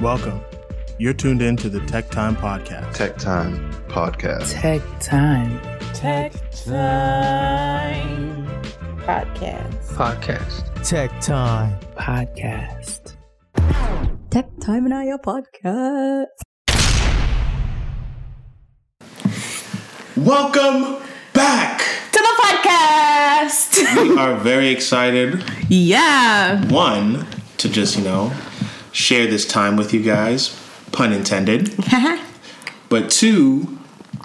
Welcome. You're tuned in to the Tech Time Podcast. Tech Time Podcast. Tech time. Tech Time podcast. Podcast. Tech time. Podcast. Tech Time and I are podcast. Welcome back. to the podcast. We are very excited. yeah, One, to just, you know, share this time with you guys, pun intended. But two,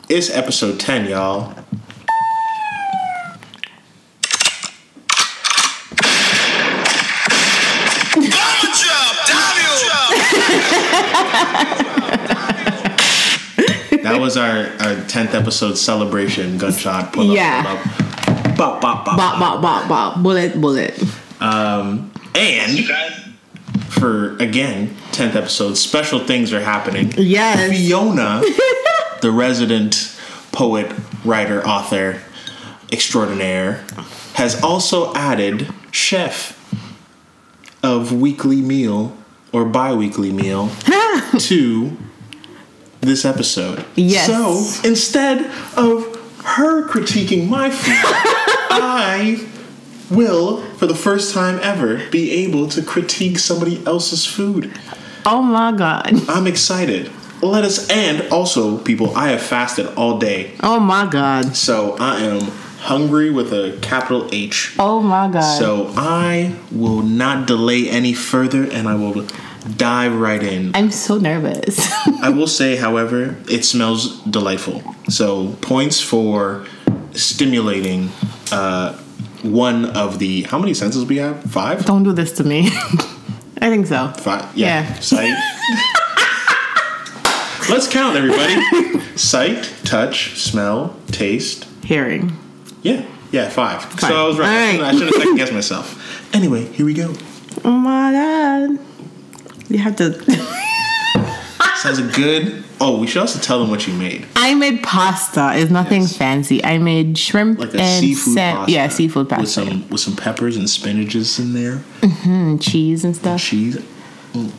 it's episode 10, y'all. That was our, our 10th episode celebration gunshot. Pull up, Yeah. Pull up. Bop, bop, bop, bop bop bop bop. Bullet bullet. Um, And for, again, 10th episode, special things are happening. Yes. Fiona, the resident poet, writer, author extraordinaire, has also added chef of weekly meal or bi weekly meal to this episode. Yes. So instead of her critiquing my food, I will, for the first time ever, be able to critique somebody else's food. Oh my god. I'm excited. Let us and also people, I have fasted all day, Oh my god. so I am hungry with a capital H. Oh my god. So I will not delay any further, and I will dive right in. I'm so nervous. I will say, however, it smells delightful. So points for stimulating uh, one of the how many senses we have? Five. Don't do this to me. I think so. Five. Yeah. Yeah. Sight. Let's count, everybody. Sight, touch, smell, taste. Hearing. Yeah. Yeah, five. So I was right. I All shouldn't- right. I should have second guessed myself. Anyway, here we go. Oh my god. You have to. Sounds good. Oh, we should also tell them what you made. I made pasta. It's nothing Yes. fancy. I made shrimp Like a and seafood sa- pasta. Yeah, seafood pasta. With some with some peppers and spinaches in there. and cheese and stuff. Cheese. Mm.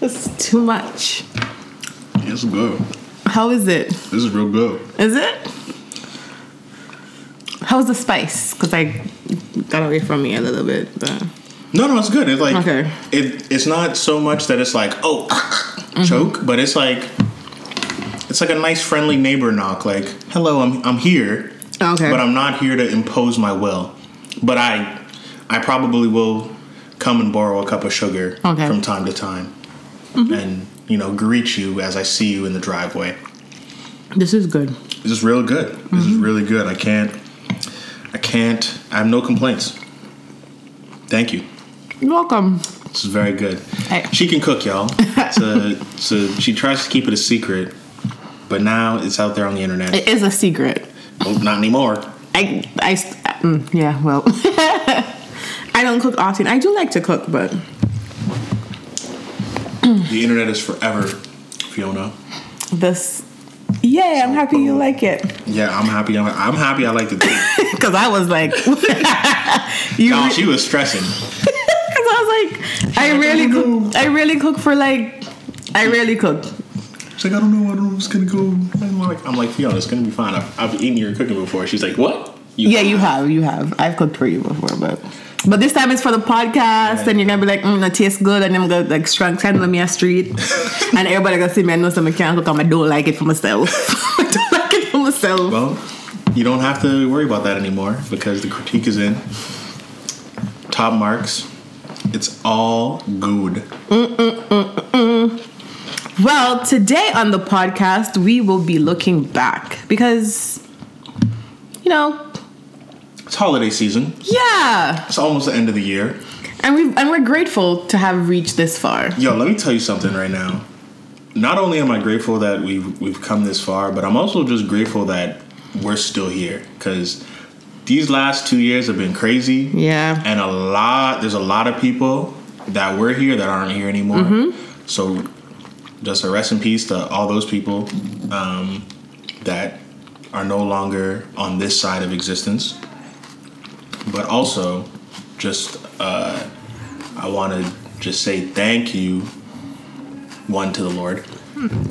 It's too much. It's good. How is it? This is real good. Is it? How's the spice? Because I got away from me a little bit. But. No, no, it's good. It's like Okay. it, it's not so much that it's like oh Mm-hmm. choke, but it's like it's like a nice friendly neighbor knock. Like hello, I'm I'm here, Oh, Okay. but I'm not here to impose my will. But I I probably will come and borrow a cup of sugar Okay. Mm-hmm. from time to time, and you know greet you as I see you in the driveway. this is good. This is real good. This is Mm-hmm. really good. I can't I can't. I have no complaints. Thank you. You're welcome. This is very good. Hey. She can cook, y'all. So, so she tries to keep it a secret, but now it's out there on the internet. It is a secret. Oh, not anymore. I, I, mm, yeah, well, I don't cook often. I do like to cook, but The internet is forever, Fiona. this, yeah, I'm happy you like it. Yeah, I'm happy. I'm, I'm happy. I like the thing. Because I was like, you, Y'all, re- she was stressing. Because I was like, I really cook. I really cook for like, I really cook. She's like, I don't know. I don't know. It's gonna go. I'm like, I'm like Fiona. It's gonna be fine. I've, I've eaten your cooking before. She's like, what? You Yeah, you have, you have. I've cooked for you before, but but this time it's for the podcast, and you're gonna be like, mm, that tastes good, and I'm gonna like strong send me a street, and everybody gonna see me and know something can't cook. I'm I don't like it for myself. I don't like it for myself. Well, you don't have to worry about that anymore because the critique is in. Top marks. It's all good. Well, today on the podcast, we will be looking back because, you know, It's holiday season. yeah, It's almost the end of the year. and we and we're grateful to have reached this far. Yo, let me tell you something right now. Not only am I grateful that we've we've come this far, but I'm also just grateful that we're still here because these last two years have been crazy. Yeah. and a lot there's a lot of people that were here that aren't here anymore. So just a rest in peace to all those people um, that are no longer on this side of existence. But also, just uh, I want to just say thank you, one to the Lord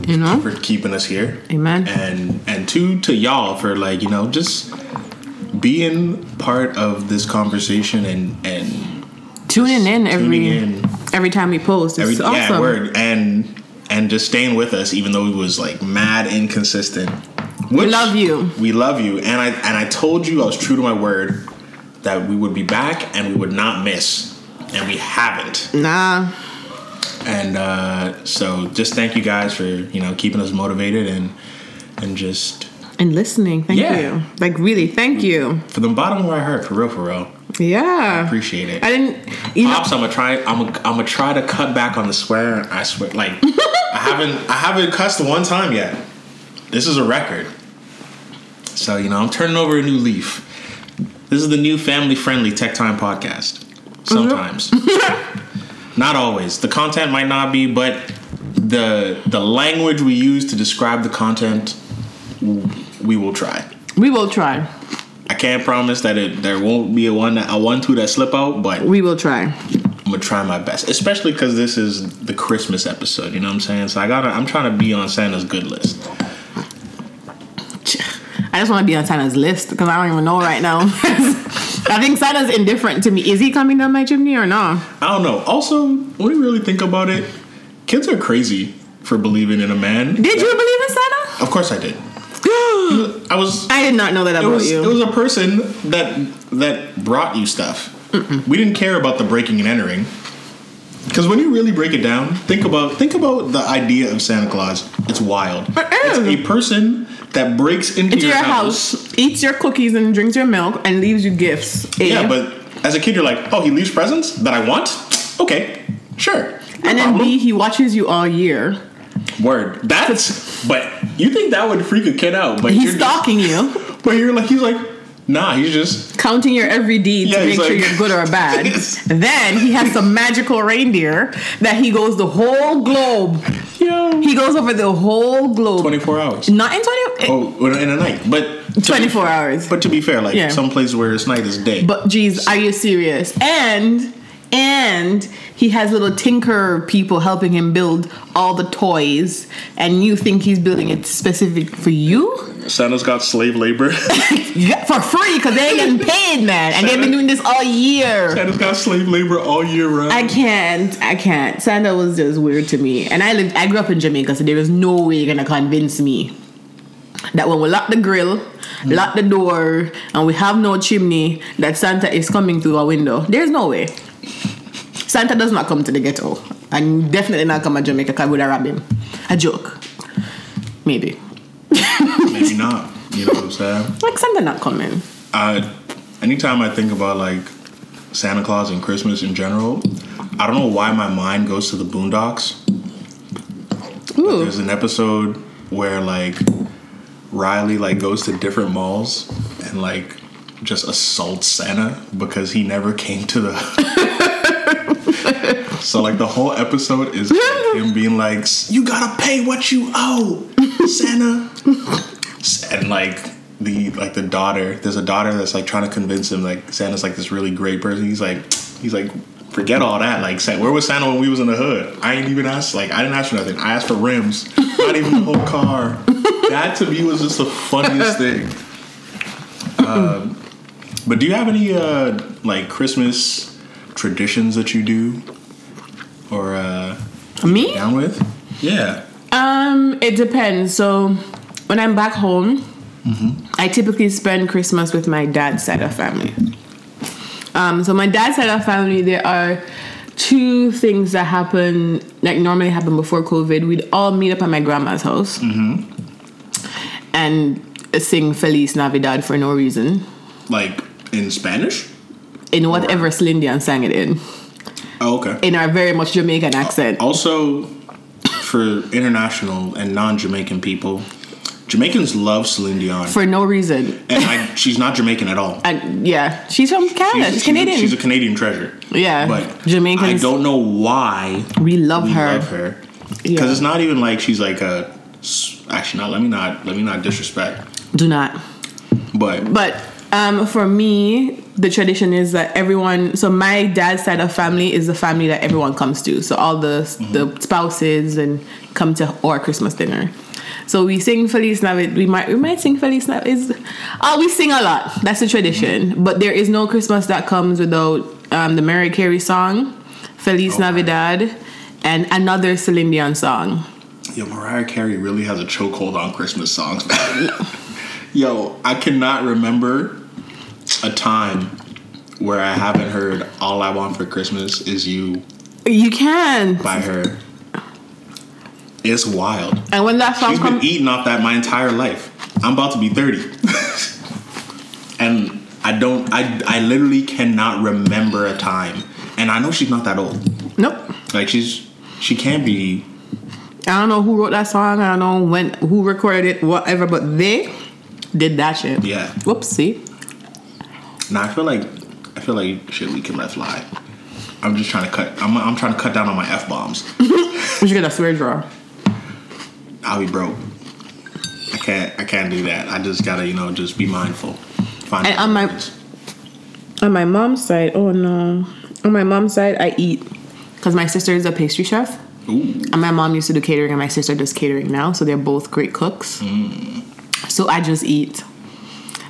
You know? for keeping us here, Amen. and and two to y'all for like you know just being part of this conversation and and Tuning in every tuning in every time we post. It's every awesome. yeah word and and just staying with us even though it was like mad inconsistent. Which- love you. We love you, and I and I told you I was true to my word that we would be back and we would not miss, and we haven't. Nah. And uh, so, just thank you guys for you know keeping us motivated and and just And listening. Thank Yeah. you. Like really, thank you. for the bottom of my heart, for real, for real, Yeah. appreciate it. I didn't you know Pops, I'm gonna try. I'm gonna, I'm gonna try to cut back on the swear. I swear, like I haven't I haven't cussed one time yet. This is a record. So you know, I'm turning over a new leaf. This is the new family friendly tech time podcast. Uh-huh. Sometimes, not always. The content might not be, but the the language we use to describe the content, we will try. we will try. I can't promise that it there won't be a one that, a one two that slip out, but We will try. I'm gonna try my best, especially because this is the Christmas episode. You know what I'm saying? So I gotta, I'm trying to be on Santa's good list. I just want to be on Santa's list because I don't even know right now. I think Santa's indifferent to me. Is he coming down my chimney or no? I don't know. Also, when you really think about it, kids are crazy for believing in a man. Did you believe in Santa? Of course, I did. I was. I did not know that It about was, you. it was a person that that brought you stuff. We didn't care about the breaking and entering. Because when you really break it down, think about think about the idea of Santa Claus. It's wild. It It's is. a person that breaks into, mm. Into your house, eats your cookies and drinks your milk, and leaves you gifts. eh? Yeah, but as a kid, you're like, oh, he leaves presents that I want. Okay, sure. No and then problem. B, he watches you all year. word. That's but you think that would freak a kid out, but He's you're stalking you, But you're like, he's like, nah, he's just counting your every deed Yeah, to he's make sure like- you're good or bad. Yes. Then he has some magical reindeer that he goes the whole globe. yo, He goes over the whole globe. 24 hours. Not in twenty. eh, Oh, in a night, but to be- 24 hours. But to be fair, like Yeah. some place where it's night is day. But geez, are you serious? And and he has little tinker people helping him build all the toys, and you think he's building it specific for you Santa's got slave labor. Yeah, for free because they ain't getting paid, man, and they've been doing this all year. Santa's got slave labor all year round. I can't, I can't. Santa was just weird to me, and I lived, I grew up in Jamaica, so there is no way you're gonna convince me that when we lock the grill, lock the door, and we have no chimney, that Santa is coming through our window. There's no way. Santa does not come to the ghetto. And definitely not come to Jamaica because I would have robbed him. A joke. Maybe. Maybe not. You know what I'm saying? Like Santa not coming. I, anytime I think about like Santa Claus and Christmas in general, I don't know why my mind goes to the Boondocks. Ooh. There's an episode where like Riley like goes to different malls and like just assaults Santa because he never came to the. so like the whole episode is him being like, "You gotta pay what you owe, Santa." and like the like the daughter there's a daughter that's like trying to convince him like santa's like this really great person he's like he's like forget all that like Sa- where was santa when we was in the hood i ain't even asked like i didn't ask for nothing i asked for rims not even the whole car that to me was just the funniest thing um, but do you have any uh like christmas traditions that you do or uh Me? down with yeah Um, it depends. So when I'm back home, Mm-hmm. I typically spend Christmas with my dad's side of family. Um, so my dad's side of family, there are two things that happen like normally happen before COVID. We'd all meet up at my grandma's house Mm-hmm. and sing Feliz Navidad for no reason like in spanish in whatever Slindian sang it in, oh okay in our very much Jamaican accent. Oh. Also, for international and non-Jamaican people, Jamaicans love Celine Dion, For no reason, and I, she's not Jamaican at all. and yeah, she's from Canada. She's, Canadian. A, she's a Canadian treasure. Yeah, but Jamaicans- I don't know why we love we her. love her because Yeah. it's not even like she's like a. Actually, not. Let me not. Let me not disrespect. Do not. But But Um, for me, the tradition is that everyone. So my dad's side of family is the family that everyone comes to. So all the Mm-hmm. the spouses and come to our Christmas dinner. So we sing Feliz Navidad. We might we might sing Feliz Navidad. Is uh, we sing a lot. That's the tradition. Mm-hmm. But there is no Christmas that comes without um, the Mary Carey song, Feliz Oh, Navidad, and another Celine Dion song. Yo, Mariah Carey really has a chokehold on Christmas songs. Yo, I cannot remember a time where I haven't heard "All I Want for Christmas Is You" You can. by her. It's wild. And when that song She's been comes, eating off that my entire life. I'm about to be 30. and I don't I I literally cannot remember a time. And I know she's not that old. nope. Like she's she can be I don't know who wrote that song. I don't know when who recorded it, whatever. But they did that shit. yeah. Whoopsie. Nah, I feel like I feel like shit we can let fly. I'm just trying to cut I'm I'm trying to cut down on my F bombs. We should get a swear draw. I'll be broke. I can't I can't do that. I just gotta, you know, just be mindful. Find And on my- On my mom's side, oh no. On my mom's side, I eat because my sister is a pastry chef, Ooh. and my mom used to do catering, and my sister does catering now. So they're both great cooks. Mm. So I just eat.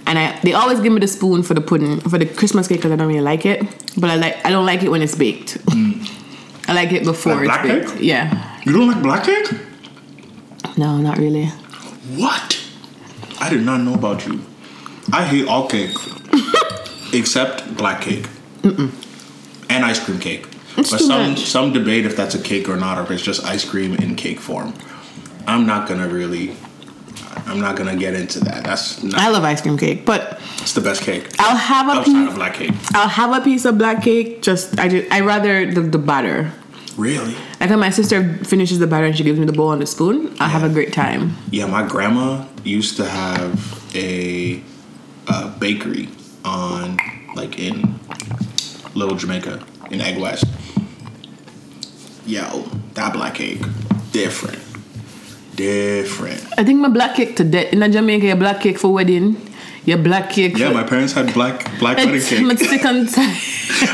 And I, they always give me the spoon for the pudding for the Christmas cake because I don't really like it, but I like I don't like it when it's baked. I like it before Like Mm. black it's baked. cake? Yeah, You don't like black cake? no, not really. What? I did not know about you. I hate all cake except black cake and ice cream cake. but too some much. some debate if that's a cake or not, or if it's just ice cream in cake form. I'm not gonna really. I'm not gonna get into that. That's not, I love ice cream cake, but that's the best cake I'll have a outside of piece. black cake. I'll have a piece of black cake. Just I do. I rather the, the batter. Really? Like when my sister finishes the batter and she gives me the bowl and the spoon, I'll have a great time. Yeah, my grandma used to have a, a bakery on like in Little Jamaica in Egg West. Yo, that black cake, different, different. I think my black cake today in Jamaica, your black cake for wedding, your black cake. Yeah, for, my parents had black black wedding it's cake. Mexican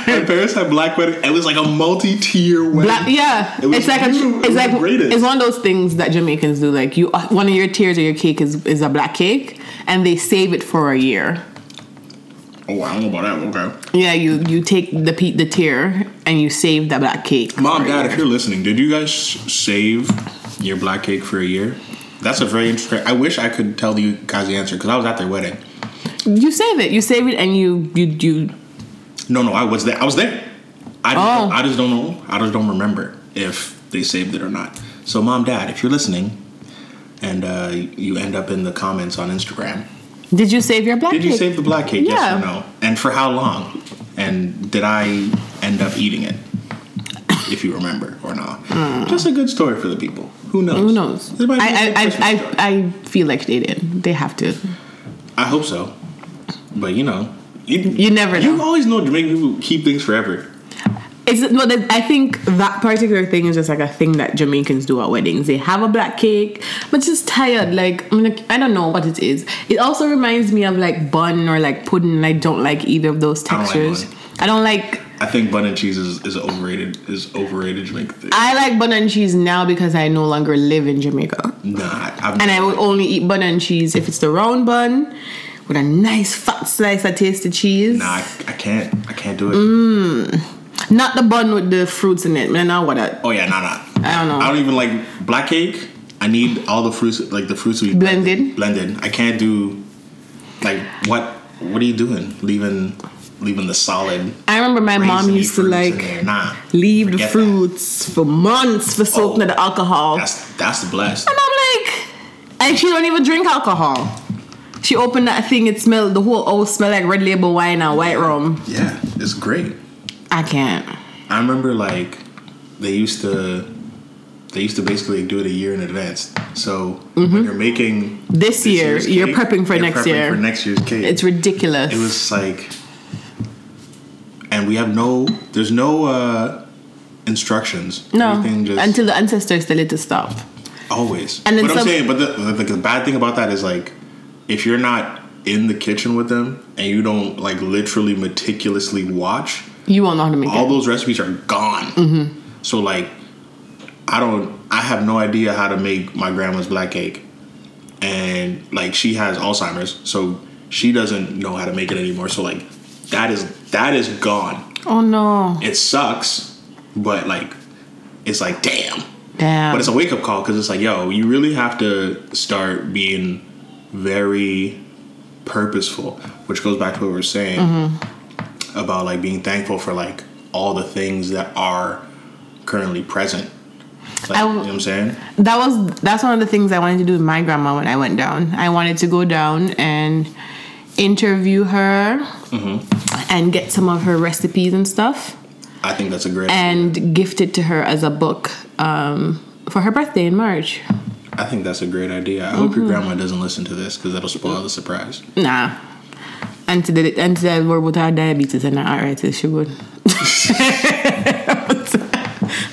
My parents had black wedding. It was like a multi-tier wedding. black. Yeah, It was it's like a, beautiful. It it's was like the greatest. it's one of those things that Jamaicans do. Like you, one of your tiers or your cake is is a black cake, and they save it for a year. Oh, I don't know about that. Okay, Yeah, you you take the pe- the tier and you save that black cake. mom, for a dad, year. if you're listening, did you guys save your black cake for a year? That's a very interesting. I wish I could tell you guys the answer because I was at their wedding. You save it. You save it, and you you you. No, no, I was there. I was there. I just, Oh. I just don't know. I just don't remember if they saved it or not. So, mom, dad, if you're listening, and uh, you end up in the comments on Instagram, Did you save your black did cake? you save the black cake? Yeah. Yes or no? And for how long? And did I end up eating it? If you remember or not, just a good story for the people. Who knows? Hmm. Who knows? It might be a good I I, Christmas I, story. I, I feel like they did. They have to. I hope so, but you know, you, You never You know. always know Jamaican people keep things forever. It's no. that- I think that particular thing is just like a thing that Jamaicans do at weddings. They have a black cake, but just tired. Like I'm like I don't know what it is. It also reminds me of like bun or like pudding. and I don't like either of those don't like textures. bun. I don't like. I think bun and cheese is, is overrated. Is overrated Jamaican thing. I like bun and cheese now because I no longer live in Jamaica. nah, I've And I would only eat bun and cheese if it's the round bun with a nice fat slice of tasted cheese. nah, I, I can't. I can't do it. Not the bun with the fruits in it. Man, I want that. Oh yeah, nah, nah. I don't know. I don't even like black cake. I need all the fruits, like the fruits we Blended? Blended. I can't do like what? What are you doing? Leaving, leaving the solid. I remember my mom raisiny used to fruits in like there. Nah, leave the forget that. fruits for months for soaking Oh. the alcohol. That's that's blessed. and I'm like, and she don't even drink alcohol. She opened that thing, it smelled the whole oh smell like red label wine and white rum. Yeah, it's great. I can't. I remember like they used to they used to basically do it a year in advance. So when you're making Mm-hmm. This year, year's you're prepping for next year. For next year's cake, It's ridiculous. it was like, and we have no. There's no uh instructions. no Everything just until the ancestors tell it to stop. always. and then but I'm some- saying, but the, the, the bad thing about that is like, if you're not in the kitchen with them and you don't like literally meticulously watch, You won't know how to make all it. those recipes are gone. So like, I don't. I have no idea how to make my grandma's black cake, and like she has Alzheimer's, so she doesn't know how to make it anymore. So like, that is that is gone. oh no. It sucks, but like, it's like damn. Damn. But it's a wake up call because it's like, yo, you really have to start being very purposeful, which goes back to what we were saying Mm-hmm. about like being thankful for like all the things that are currently present. Like, I w- you know what I'm saying? that was that's one of the things I wanted to do with my grandma when I went down. I wanted to go down and interview her and get some of her recipes and stuff I think that's a great. and gift it to her as a book um, for her birthday in March. I think that's a great idea. I hope Mm-hmm. your grandma doesn't listen to this because that'll spoil the surprise. Nah. Until the, until I work with her diabetes and her arthritis, she would.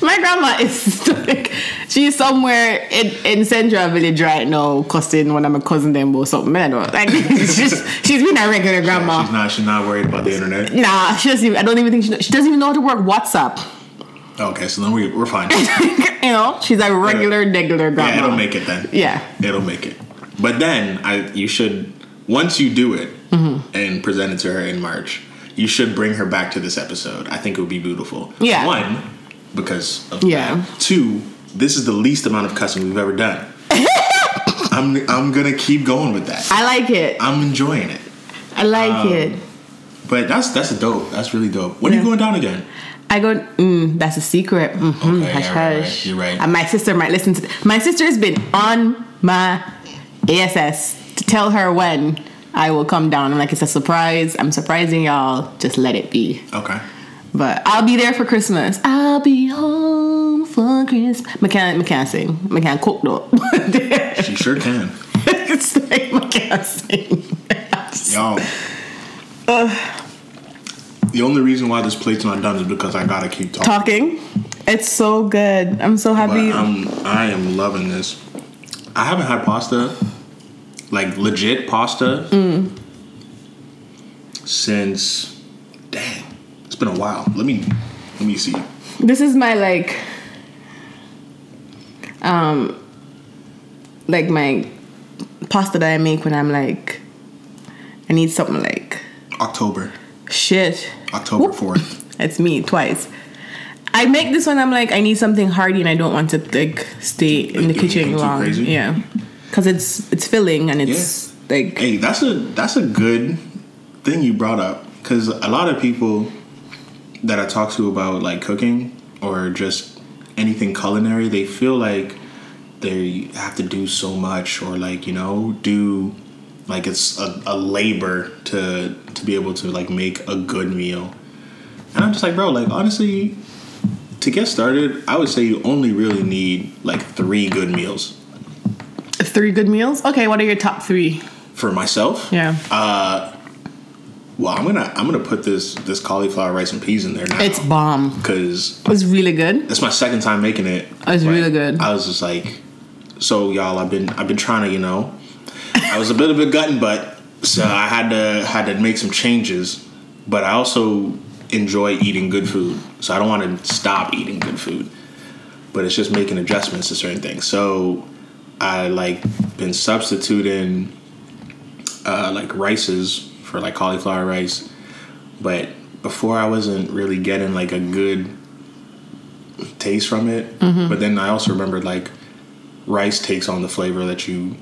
My grandma is like, she's somewhere in, in Central Village right now, cussing one of my cousin them or something. I don't know. Like, she's, just, she's been a regular grandma. She's not. She's not worried about the internet. nah, she doesn't even, I don't even think she, knows- she doesn't even know how to work WhatsApp. Okay, so then we, we're fine. you know, she's a regular, regular grandma. yeah, it'll make it then. Yeah. it'll make it. But then I, you should once you do it Mm-hmm. and present it to her in March, you should bring her back to this episode. I think it would be beautiful. Yeah. One, because of Yeah. that. Two, this is the least amount of cussing we've ever done. I'm I'm gonna keep going with that. I like it. I'm um, enjoying it. I like it. But that's that's dope. That's really dope. When are Yeah. you going down again? I go, mm, that's a secret. hmm Okay, hush, yeah, right, right. hush. You're right. And my sister might listen to th- My sister has been on my ASS to tell her when I will come down. I'm like, it's a surprise. I'm surprising y'all. Just let it be. Okay. But I'll be there for Christmas. I'll be home for Christmas. McCann, McCann sing. McCann cook though. She sure can. it's like McCann sing. Y'all. the only reason why this plate's not done is because I gotta keep talking. Talking. It's so good. I'm so But happy. I'm I am loving this. I haven't had pasta, like legit pasta, since dang, it's been a while. Let me let me see. this is my like um like my pasta that I make when I'm like I need something like October, shit. October Whoop. fourth. That's me twice. I make this one. I'm like, I need something hearty, and I don't want to like stay in the Like, anything kitchen too long. crazy? Yeah, because it's it's filling and it's like Hey, that's a that's a good thing you brought up because a lot of people that I talk to about like cooking or just anything culinary, they feel like they have to do so much or like you know do like it's a, a labor to to be able to like make a good meal and i'm just like bro like honestly to get started i would say you only really need like three good meals three good meals. Okay, what are your top three? for myself Yeah, Uh, Well, I'm gonna I'm gonna put this this cauliflower rice and peas in there now. it's bomb. because It's really good. that's my second time making it. Like, It's really good. I was just like, so y'all, I've been I've been trying to you know, I was a bit of a gut and butt, so I had to had to make some changes, but I also enjoy eating good food, so I don't want to stop eating good food, but it's just making adjustments to certain things. So I like been substituting uh, like rices for like cauliflower rice, but before I wasn't really getting like a good taste from it. But then I also remembered like rice takes on the flavor that you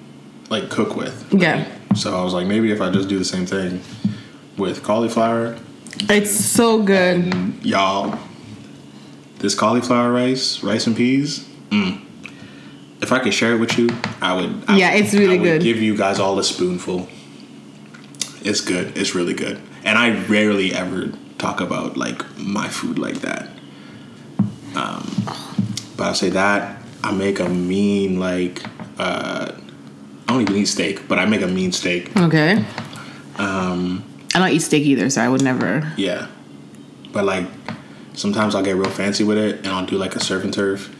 like cook with. Yeah, So I was like, maybe if I just do the same thing with cauliflower, it's so good. y'all, this cauliflower rice, rice and peas. Mm, if I could share it with you, I would. I Yeah, would- it's really I would good. Give you guys all a spoonful. It's good. It's really good. And I rarely ever talk about like my food like that. Um, but I'll say that I make a mean like. Uh, I don't even eat steak, but I make a mean steak. Okay. Um, Um, I don't eat steak either, so I would never. Yeah. But like sometimes I'll get real fancy with it and I'll do like a surf and turf.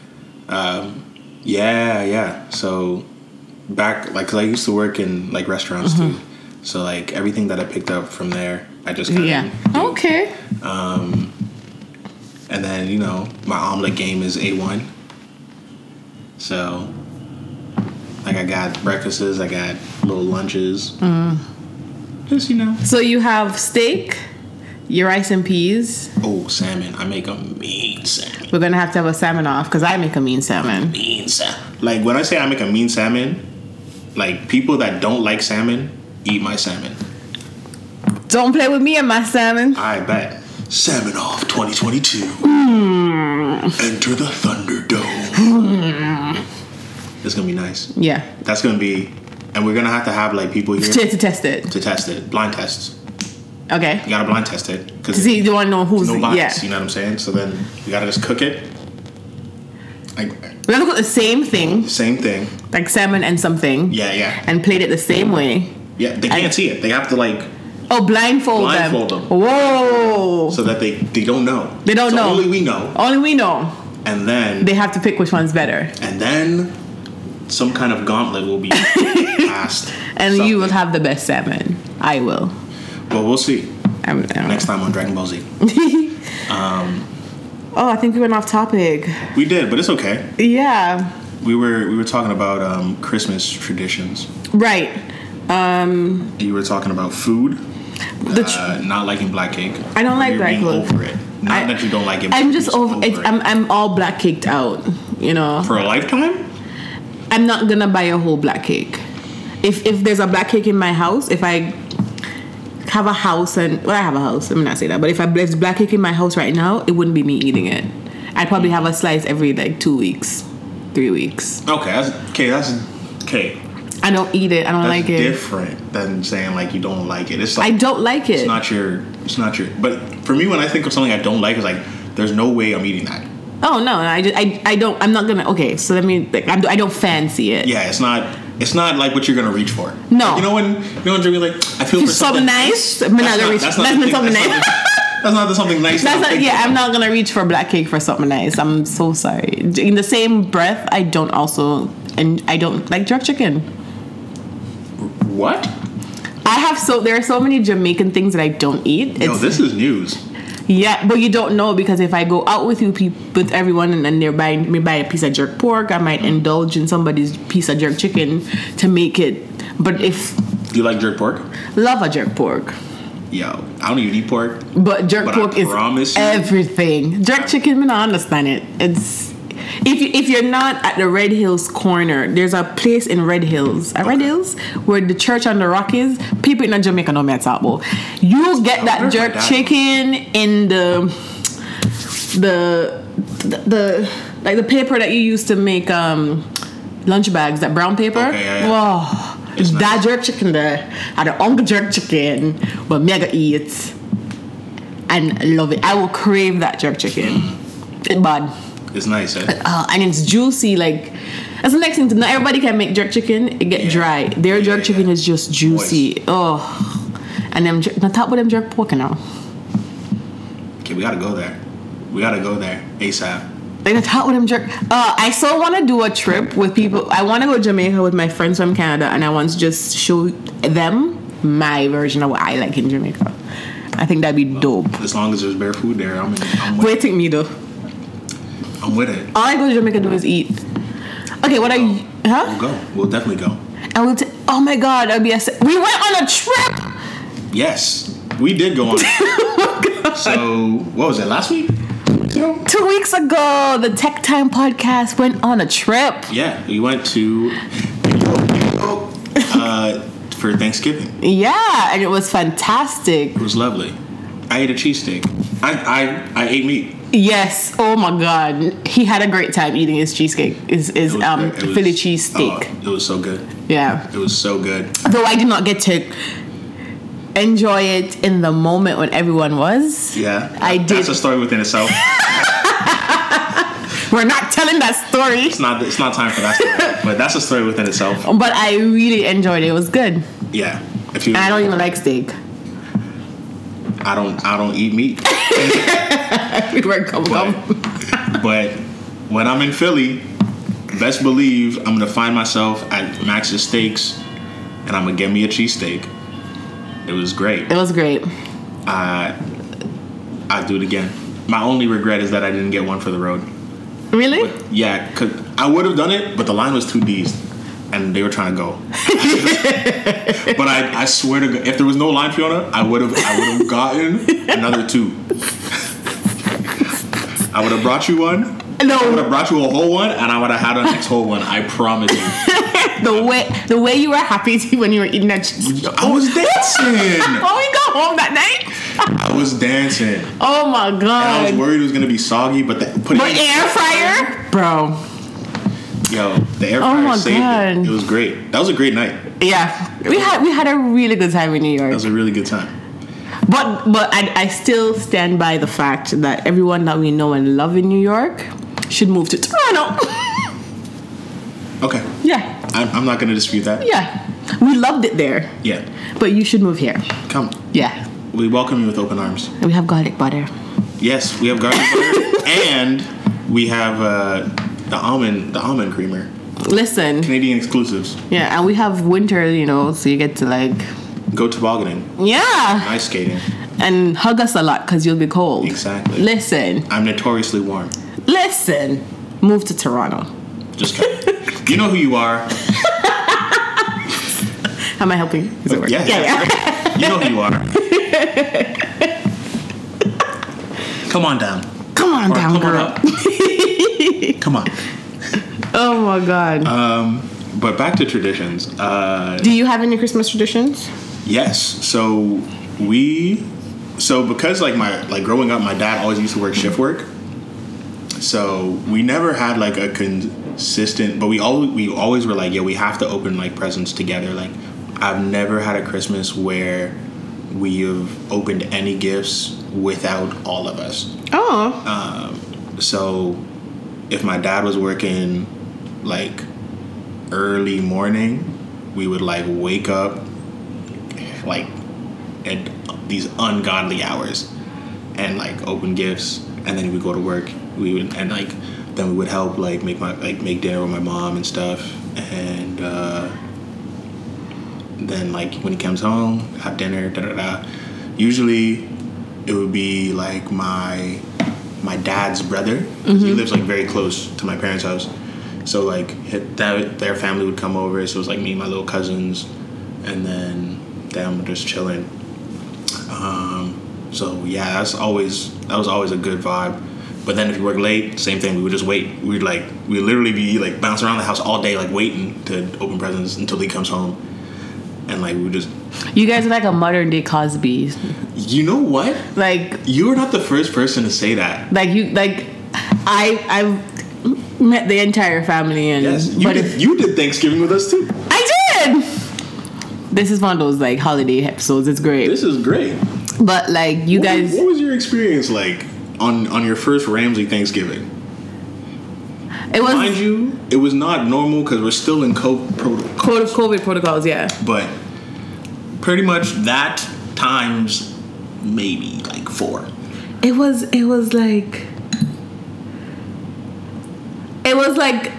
Um, yeah, yeah. So back like 'cause I used to work in like restaurants too. So like everything that I picked up from there, I just kind of Yeah. Okay. And then you know my omelet game is a one. So like I got breakfasts, I got little lunches. Just you know. So you have steak, your rice and peas. Oh salmon! I make a mean salmon. We're gonna have to have a salmon off because I make a mean salmon. Mean salmon. Like when I say I make a mean salmon, like people that don't like salmon eat my salmon. Don't play with me and my salmon. I bet. Salmon off 2022. Enter the Thunderdome. it's gonna be nice. Yeah. That's gonna be, and we're gonna have to have like people To, here to test it. to test it. Blind tests. Okay. You gotta blind test it To because see, no you want to know who's bias. yeah. You know what I'm saying? So then you gotta just cook it. Like We're gonna cook the same thing, same thing. like salmon and something, Yeah, yeah, and plate it the same way. yeah. They can't see it. They have to like Oh, blindfold, Blindfold them. Whoa. so that they they don't know. They don't So know. Only we know. Only we know. And then They have to pick which one's better, and then some kind of gauntlet will be passed. and Something. you will have the best salmon. I will. Well, we'll see I'm, I next time on Dragon Ball Z. Oh, I think we went off topic. We did, but it's okay. Yeah. We were we were talking about um, Christmas traditions. Right. You were talking about food, The tr- uh, not liking black cake. I don't like You're black being cake. Over it. Not I- that you don't like it. but I'm you're just over. It, it. I'm I'm all black caked out. You know. for a lifetime. I'm not gonna buy a whole black cake. If if there's a black cake in my house, if I have a house and well, I have a house. Let me not say that. But if I there's black cake in my house right now, it wouldn't be me eating it. I'd probably have a slice every like two weeks, three weeks. Okay, that's okay. That's okay. I don't eat it. I don't That's like it. different than saying like you don't like it. It's I like don't like it. it's not your. It's not your. But for me, when I think of something I don't like, it's like there's no way I'm eating that. oh no, I just I, I don't. I'm not gonna. Okay, so let me. Like, I'm, I don't fancy it. Yeah, it's not. It's not like what you're gonna reach for. No. Like, you know when you know when you're like I feel for It's something nice. I'm not gonna reach. That's the not thing- something that's nice. not- That's not the something nice. that That's not, I'm yeah, I'm thinking not gonna reach for black cake for something nice. I'm so sorry. In the same breath, I don't also and I don't like jerk chicken. about. What? I have so there are so many Jamaican things that I don't eat. It's, No, this is news. yeah, but you don't know because if I go out with you peop with everyone and then they're buying me buy a piece of jerk pork, I might indulge in somebody's piece of jerk chicken to make it. But if Do you like jerk pork? love a jerk pork, Yo, I don't even eat pork. But jerk But I pork promise is you- everything. Jerk chicken, man, I understand it. It's if you, if you're not at the Red Hills corner, there's a place in Red Hills, at Red Okay. Hills, where the church on the rock is. People in Jamaica know me at Sabo. You get that wonder if my jerk dad- chicken in the the the, the like the paper that you use to make um lunch bags, that brown paper. Okay, yeah, yeah. Whoa. It's Oh, that jerk chicken there. I don't only jerk chicken, but mega eat and love it. I will crave that jerk chicken. Mm. It bad. It's nice, eh? Uh, and it's juicy, like that's the next thing. Not everybody can make jerk chicken. It get Yeah. dry. Their Yeah, jerk yeah, chicken yeah. is just juicy. Oh, and them jer- on top of them jerk pork now. Okay, we gotta go there. We gotta go there ASAP. Like that's how with them jerk. Uh, I still want to do a trip with people. I want to go to Jamaica with my friends from Canada, and I want to just show them my version of what I like in Jamaica. I think that'd be dope. As long as there's bear food there, I'm, I'm with. Where take me though? I'm with it. All I go to Jamaica do is eat. Okay, what are you? We'll Huh? go. We'll definitely go. I will. T- oh my god, that'd be a. se- We went on a trip. Yes, we did go on. Oh So what was that last week? Two weeks ago, the Tech Time podcast went on a trip. Yeah, we went to uh, for Thanksgiving. Yeah, and it was fantastic. It was lovely. I ate a cheesesteak. I, I I ate meat. Yes. Oh my God. He had a great time eating his cheesecake. Is is It was um great. It was- Philly cheese steak. oh, it was so good. Yeah. It was so good. Though I did not get to enjoy it in the moment when everyone was. Yeah, I did. That's a story within itself. We're not telling that story. It's not it's not time for that story, but that's a story within itself. But I really enjoyed it. It was good. And Yeah. If you, I don't even like steak. I don't, I don't eat meat. We were gum But, gum. but when I'm in Philly, best believe I'm gonna find myself at Max's Steaks, and I'm gonna get me a cheesesteak, It was great. It was great. I'd do it again. My only regret is that I didn't get one for the road. Really? Yeah, cause I would have done it, but the line was two D's, and they were trying to go. but I, I swear to God, if there was no line, Fiona, I would have, I would have gotten another two. I would have brought you one. I would No, have brought you a whole one, and I would have had a next whole one. I promise you. the way the way you were happy when you were eating that cheese. I was dancing. When we got home that night, I was dancing. oh my And I was god, worried it was gonna be soggy, but the, putting but it- air fryer, bro. yo, the air Oh fryer my saved God. it. It was great. That was a great night. Yeah, we had we had a really good time in New That York. was a really good time. But but I, I still stand by the fact that everyone that we know and love in New York should move to Toronto. Okay, yeah, I'm, I'm not gonna dispute that. yeah, we loved it there, Yeah, but you should move here. come. Yeah, We welcome you with open arms. we have garlic butter. Yes, we have garlic butter, and we have uh, the almond, the almond creamer, Listen, Canadian exclusives. yeah, and we have winter, you know, so you get to like, Go tobogganing, yeah, ice skating. and hug us a lot because you'll be cold. Exactly. Listen, I'm notoriously warm. listen, move to Toronto. Just kidding. you know who you are. Am I helping? Is it working? Oh, Yeah, yeah. yeah. you know who you are. Come on down. Come on Or down, come on girl. up. Come on. Oh my god. Uh, But back to traditions. Uh, Do you have any Christmas traditions? Yes. So we so because like my like growing up my dad always used to work shift work. So we never had like a consistent but we always we always were like, yeah, we have to open like presents together. Like I've never had a Christmas where we have opened any gifts without all of us. Oh, So if my dad was working like early morning, we would like wake up like at these ungodly hours and like open gifts and then we would go to work. We would and like then we would help like make my like make dinner with my mom and stuff and uh then like when he comes home, have dinner, da da da. Usually, it would be like my my dad's brother. He lives like very close to my parents' house, so like hit- that their family would come over. So it was like me and my little cousins, and then them just chilling. Um, so yeah, that's always that was always a good vibe. But then if you work late, same thing. We would just wait. We'd like we literally be like bouncing around the house all day, like waiting to open presents until he comes home and like we were just you guys are like a modern day Cosby. you know what Like, you are not the first person to say that like you, like I, I've met the entire family, and yes you but did, if- you did thanksgiving with us too I did. This is one of those like holiday episodes. It's great, this is great but like you What- guys, what was your experience like on on your first ramsey thanksgiving it was mind you it was not normal because we're still in covid protocol code of COVID protocols. Yeah, but pretty much that times maybe like four it was. It was like. It was like.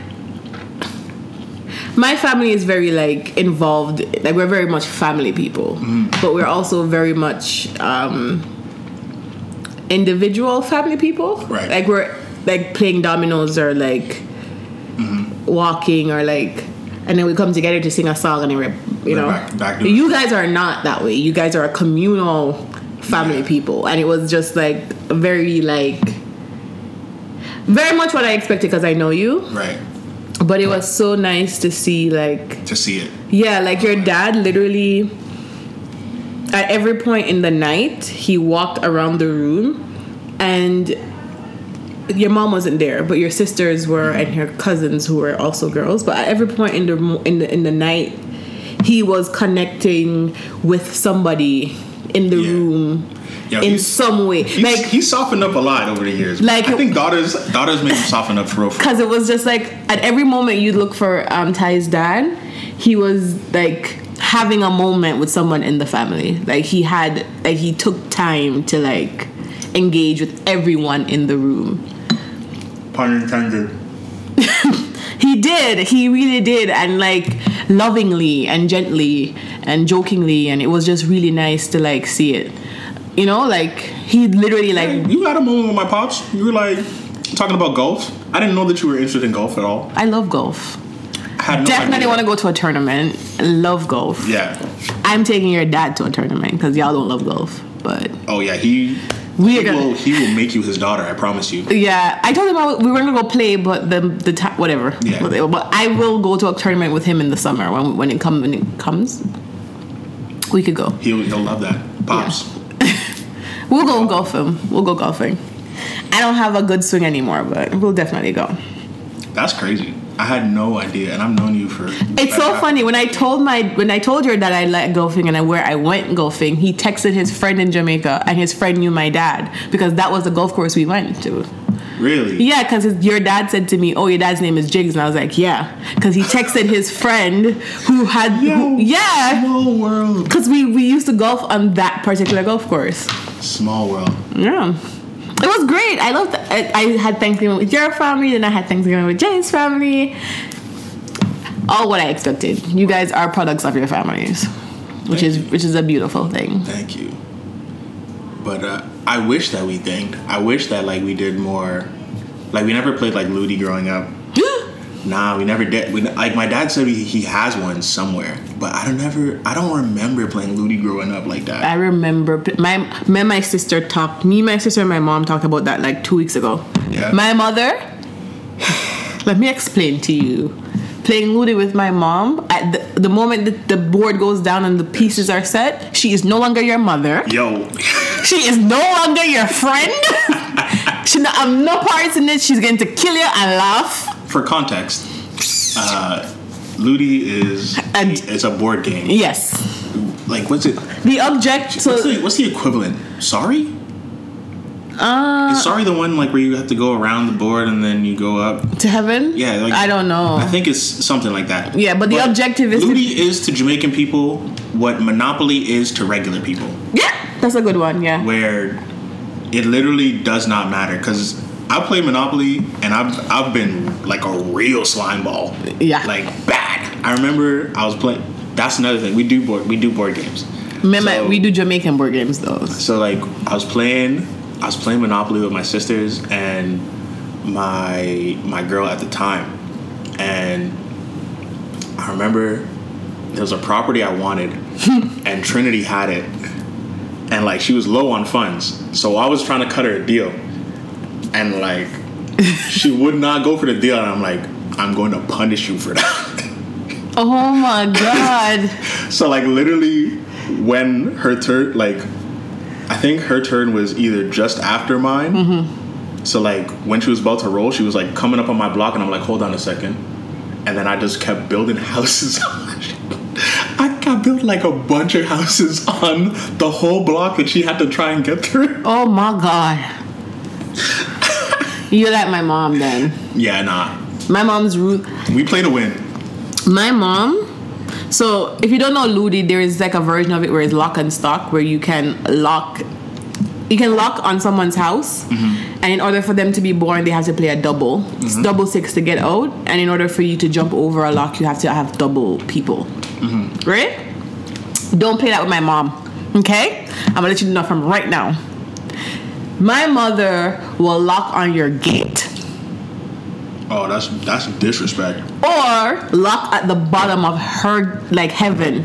My family is very like involved. Like we're very much family people, Mm. but we're also very much um, individual family people. Right. Like we're like playing dominoes or like Mm-hmm. walking or like, and then we come together to sing a song and then we're We're you know back- back to- you guys are not that way. You guys are a communal family people, and it was just like very like very much what I expected because I know you. right But it was so nice to see, like, to see it yeah, like your dad literally, at every point in the night, he walked around the room and your mom wasn't there, but your sisters were and her cousins who were also girls. But at every point in the mo- in the in the night, he was connecting with somebody in the Yeah. room Yeah, in he's- some way, He's- like he softened up a lot over the years. Like- I think daughters daughters made him soften up for real. for real. because it was just like at every moment you'd look for um, Ty's dad, he was like having a moment with someone in the family. Like he had, like he took time to like engage with everyone in the room. Pun intended. He did. He really did. And like lovingly and gently and jokingly, and it was just really nice to like see it. You know, like he literally like You had a moment with my pops. You were like talking about golf. I didn't know that you were interested in golf at all. I love golf. I had no Definitely idea. want to go to a tournament. I love golf. Yeah. I'm taking your dad to a tournament because y'all don't love golf, but Oh yeah. He. We are he gonna- will. He will make you his daughter. I promise you. Yeah, I told him I w- we were gonna go play, but the the ti whatever. Yeah. But, but I will go to a tournament with him in the summer when when it come when it comes. We could go. He'll, he'll love that. Pops. We'll go golfing. We'll go golfing. I don't have a good swing anymore, but we'll definitely go. That's crazy. I had no idea, and I've known you for. It's so uh, funny when I told my when I told her that I let golfing and I, where I went golfing. He texted his friend in Jamaica, and his friend knew my dad because that was the golf course we went to. Really? Yeah, because your dad said to me, "Oh, your dad's name is Jigs," and I was like, "Yeah," because he texted his friend who had, who- Yo, yeah, Small world. because we we used to golf on that particular golf course. Small world. Yeah, it was great. I loved. I, I had Thanksgiving with your family, then I had Thanksgiving with Jay's family. All what I expected. You guys are products of your families, which is which is a beautiful thing. Thank you. But uh, I wish that we thanked. I wish that like we did more. Like we never played like Ludi growing up. Nah, we never did. We, like my dad said, he, he has one somewhere, but I don't ever. I don't remember playing Ludi growing up like that. I remember p- my me and my sister talked. Me, my sister, and my mom talked about that like two weeks ago. Yeah. My mother. Let me explain to you. Playing Ludi with my mom. At the, the moment that the board goes down and the pieces are set, she is no longer your mother. Yo, She is no longer your friend. she no, I'm no parts in it. She's going to kill you and laugh. for context, uh, Ludi is And- it's a board game. Yes. Like what's it? The object. What's So the, what's the equivalent? Sorry. Uh, is sorry the one like where you have to go around the board and then you go up? to heaven. Yeah, like, I don't know. I think it's something like that. Yeah, but the objective is to- Ludi is to Jamaican people what Monopoly is to regular people, yeah, that's a good one. Yeah. where it literally does not matter. Because I play Monopoly and I've I've been like a real slime ball. Yeah. like bad. I remember I was playing. That's another thing we do board we do board games. Remember, So- we do Jamaican board games though. So like I was playing I was playing Monopoly with my sisters and my my girl at the time. And I remember there was a property I wanted and Trinity had it. And like she was low on funds. So I was trying to cut her a deal. And like she would not go for the deal and I'm like, I'm going to punish you for that. Oh my god. So like literally when her turn like I think her turn was either just after mine. So like when she was about to roll, she was like coming up on my block and I'm like, hold on a second. And then I just kept building houses I got built like a bunch of houses on the whole block that she had to try and get through. Oh my god. You're like my mom then. Yeah, nah. My mom's root. We played to win. My mom. So if you don't know Ludi, there is like a version of it where it's lock and stock, where you can lock. You can lock on someone's house, and in order for them to be born, they have to play a double. It's double six to get out, and in order for you to jump over a lock, you have to have double people, right? Don't play that with my mom. Okay? I'm gonna let you know from right now. My mother will lock on your gate Oh, that's that's disrespect. or lock at the bottom of her like heaven.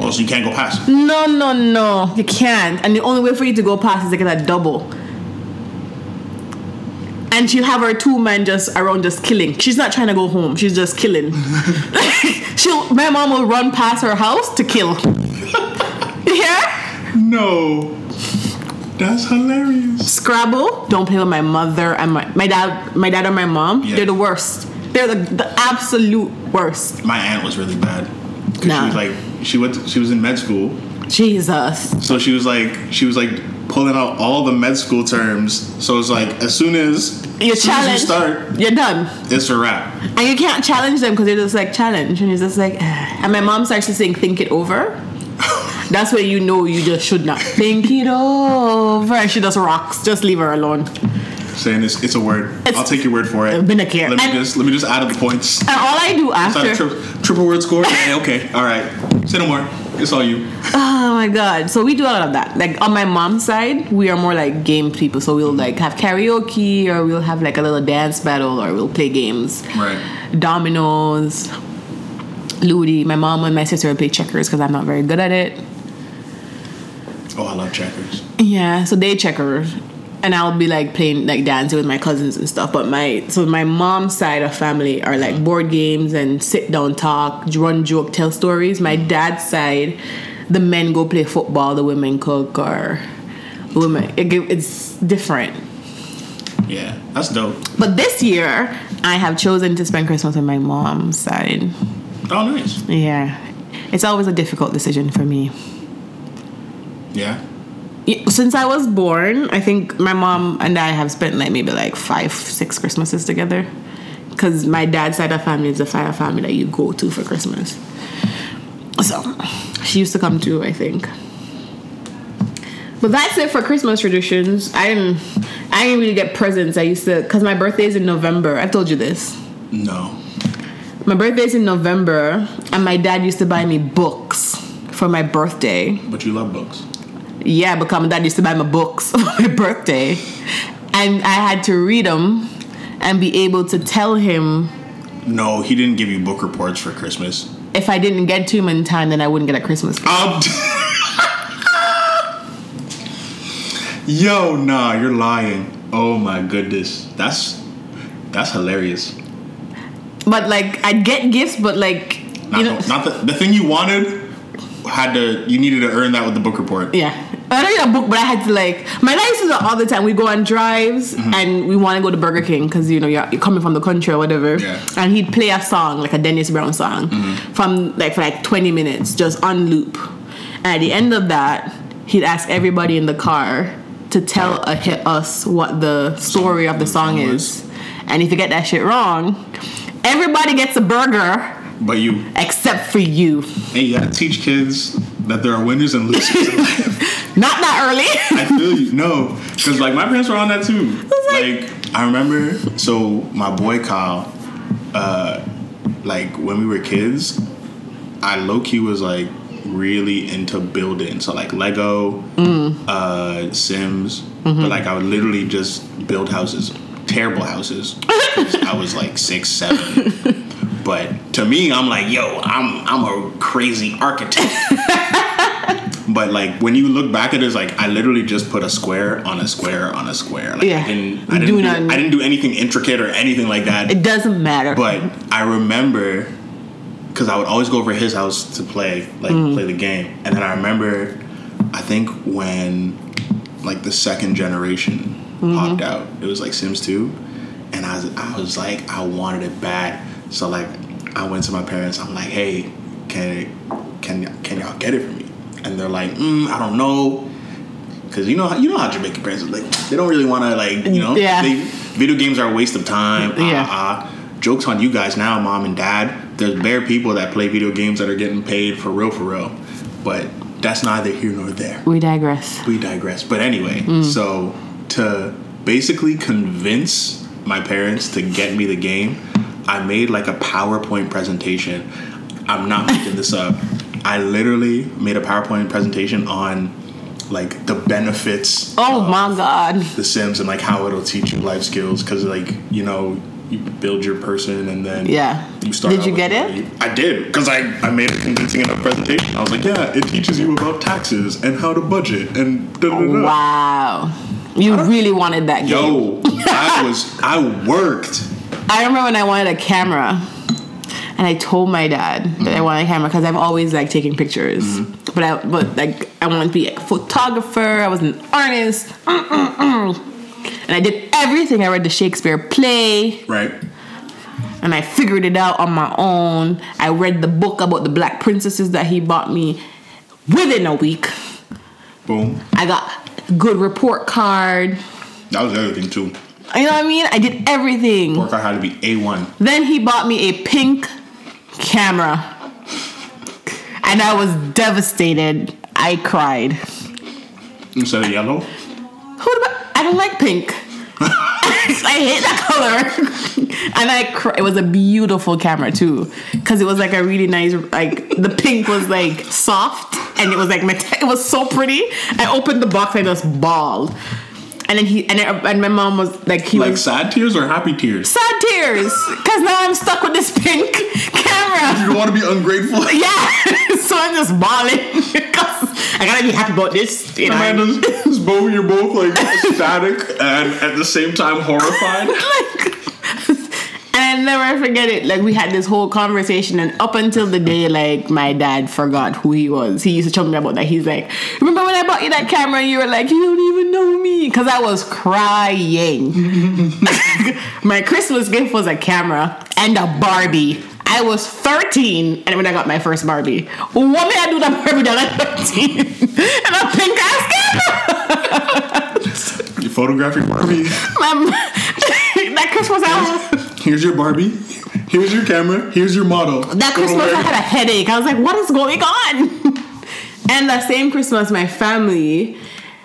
Oh, so you can't go past. No, no, no. You can't. And the only way for you to go past is to get a double. And she'll have her two men just around just killing. She's not trying to go home. She's just killing. She'll my mom will run past her house to kill. yeah? No. That's hilarious. Scrabble. Don't play with my mother and my, my dad my dad and my mom. Yeah. They're the worst. They're the, the absolute worst. My aunt was really bad. 'Cause Nah. She was like she went to- she was in med school, Jesus. so she was like she was like pulling out all the med school terms. So it's like as soon as You're as soon as you challenged. start, You're done. it's a wrap. And you can't challenge them because they're just like challenge, and it's just like. eh. And my mom starts to sing "Think It Over." That's where you know you just should not think it over. And she just rocks. Just leave her alone. saying it's it's a word. It's- I'll take your word for it. Vindicare. Let me And- just let me just add up the points. And all I do It's not a after. tri- triple word score. Yeah, okay, all right. Say no more. It's all you. Oh my god! So we do a lot of that. Like on my mom's side, we are more like game people. So we'll like have karaoke, or we'll have like a little dance battle, or we'll play games. Right. Dominoes, Ludi. My mom and my sister will play checkers because I'm not very good at it. Oh, I love checkers. Yeah, so they check her, and I'll be like playing like dancing with my cousins and stuff. But my so my mom's side of family are like board games and sit down talk, run joke, tell stories. My dad's side, the men go play football, the women cook or women. It, give- it's different. Yeah, that's dope. But this year, I have chosen to spend Christmas on my mom's side. Oh, nice. Yeah, it's always a difficult decision for me. Yeah. since I was born, I think my mom and I have spent like maybe like five, six Christmases together. Because my dad's side of family is the fire family that you go to for Christmas. So she used to come too, I think. But that's it for Christmas traditions. I didn't, I didn't really get presents. I used to, because my birthday is in November. I've told you this. No. My birthday is in November, and my dad used to buy me books for my birthday. But you love books. Yeah, because my dad used to buy my books for my birthday. And I had to read them and be able to tell him No, he didn't give you book reports for Christmas. if I didn't get to him in time, then I wouldn't get a Christmas gift. Um. Yo, nah, you're lying. Oh my goodness, that's that's hilarious. But like, I'd get gifts, but like, Not, you know. the, not the, the thing you wanted had to you needed to earn that with the book report. Yeah. I don't need a book, but I had to like my dad used to do that all the time. We go on drives and we want to go to Burger King because you know you're, you're coming from the country or whatever. Yeah. And he'd play a song like a Dennis Brown song from like for like 20 minutes just on loop. And at the end of that, he'd ask everybody in the car to tell a, hit us what the story of the song is. And if you get that shit wrong, everybody gets a burger But you, except for you. hey, you gotta teach kids that there are winners and losers. Not that early. I feel you. No, because like my parents were on that too. Like I remember, so my boy Kyle, uh, like when we were kids, I low key was like really into building. So like Lego, uh, Sims, Mm-hmm. but like I would literally just build houses, terrible houses. 'cause I was like six, seven. But to me, I'm like, yo, I'm I'm a crazy architect. But like when you look back at it, it's like I literally just put a square on a square on a square. Like Yeah. I didn't, You I didn't do do, not- I didn't do anything intricate or anything like that. It doesn't matter. But I remember because I would always go over to his house to play, like Mm. play the game. And then I remember, I think when like the second generation Mm-hmm. popped out, it was like Sims Two, and I was I was like I wanted it bad. So like I went to my parents. I'm like, hey, can can can y'all get it for me? And they're like, mm, I don't know. Cause you know how you know how Jamaican parents are like they don't really want to like you know Yeah. they, video games are a waste of time Ah, Yeah. ah. jokes on you guys now mom and dad there's bare people that play video games that are getting paid for real for real but that's neither here nor there we digress. we digress but anyway so to basically convince my parents to get me the game I made like a PowerPoint presentation I'm not making this up I literally made a PowerPoint presentation on like the benefits Oh my god. the Sims and like how it'll teach you life skills because like you know you build your person and then Yeah. you start. Did out you with get it? you- I did because I I made a convincing enough presentation. I was like, yeah, it teaches you about taxes and how to budget and da da da. Wow. You really wanted that game. Yo, I was I worked. I remember when I wanted a camera and I told my dad that I wanted a camera because I've always like taking pictures. But I but like I wanted to be a photographer, I was an artist. Mm, mm, mm. And I did everything. I read the Shakespeare play Right. and I figured it out on my own. I read the book about the black princesses that he bought me within a week. Boom. I got good report card. That was everything too. You know what I mean? I did everything. Work out how to be a one. Then he bought me a pink camera. And I was devastated. I cried. instead of yellow. Who the, I don't like pink. I hate that color. and I cr- it was a beautiful camera too cuz it was like a really nice like the pink was like soft and it was like meta- it was so pretty. I opened the box and I just bawled. And then he and, I, and my mom was like he Like was sad tears or happy tears? sad tears cuz now I'm stuck with this pink camera. You don't want to be ungrateful. Yeah, so I'm just bawling because I gotta be happy about this. You know, Amanda's is both you're both like ecstatic and at the same time horrified. like, and I never forget it. Like we had this whole conversation, and up until the day, like my dad forgot who he was. He used to tell me about that. He's like, "Remember when I bought you that camera? And you were like, you don't even know me," because I was crying. my Christmas gift was a camera and a Barbie. I was 13, and when I got my first Barbie, what did I do that Barbie down at 13? and a pink ass camera. You photograph your Barbie. My mom- that Christmas I was Here's your Barbie. Here's your camera. Here's your model. that Christmas I had a headache. I was like, what is going on? and that same Christmas, my family,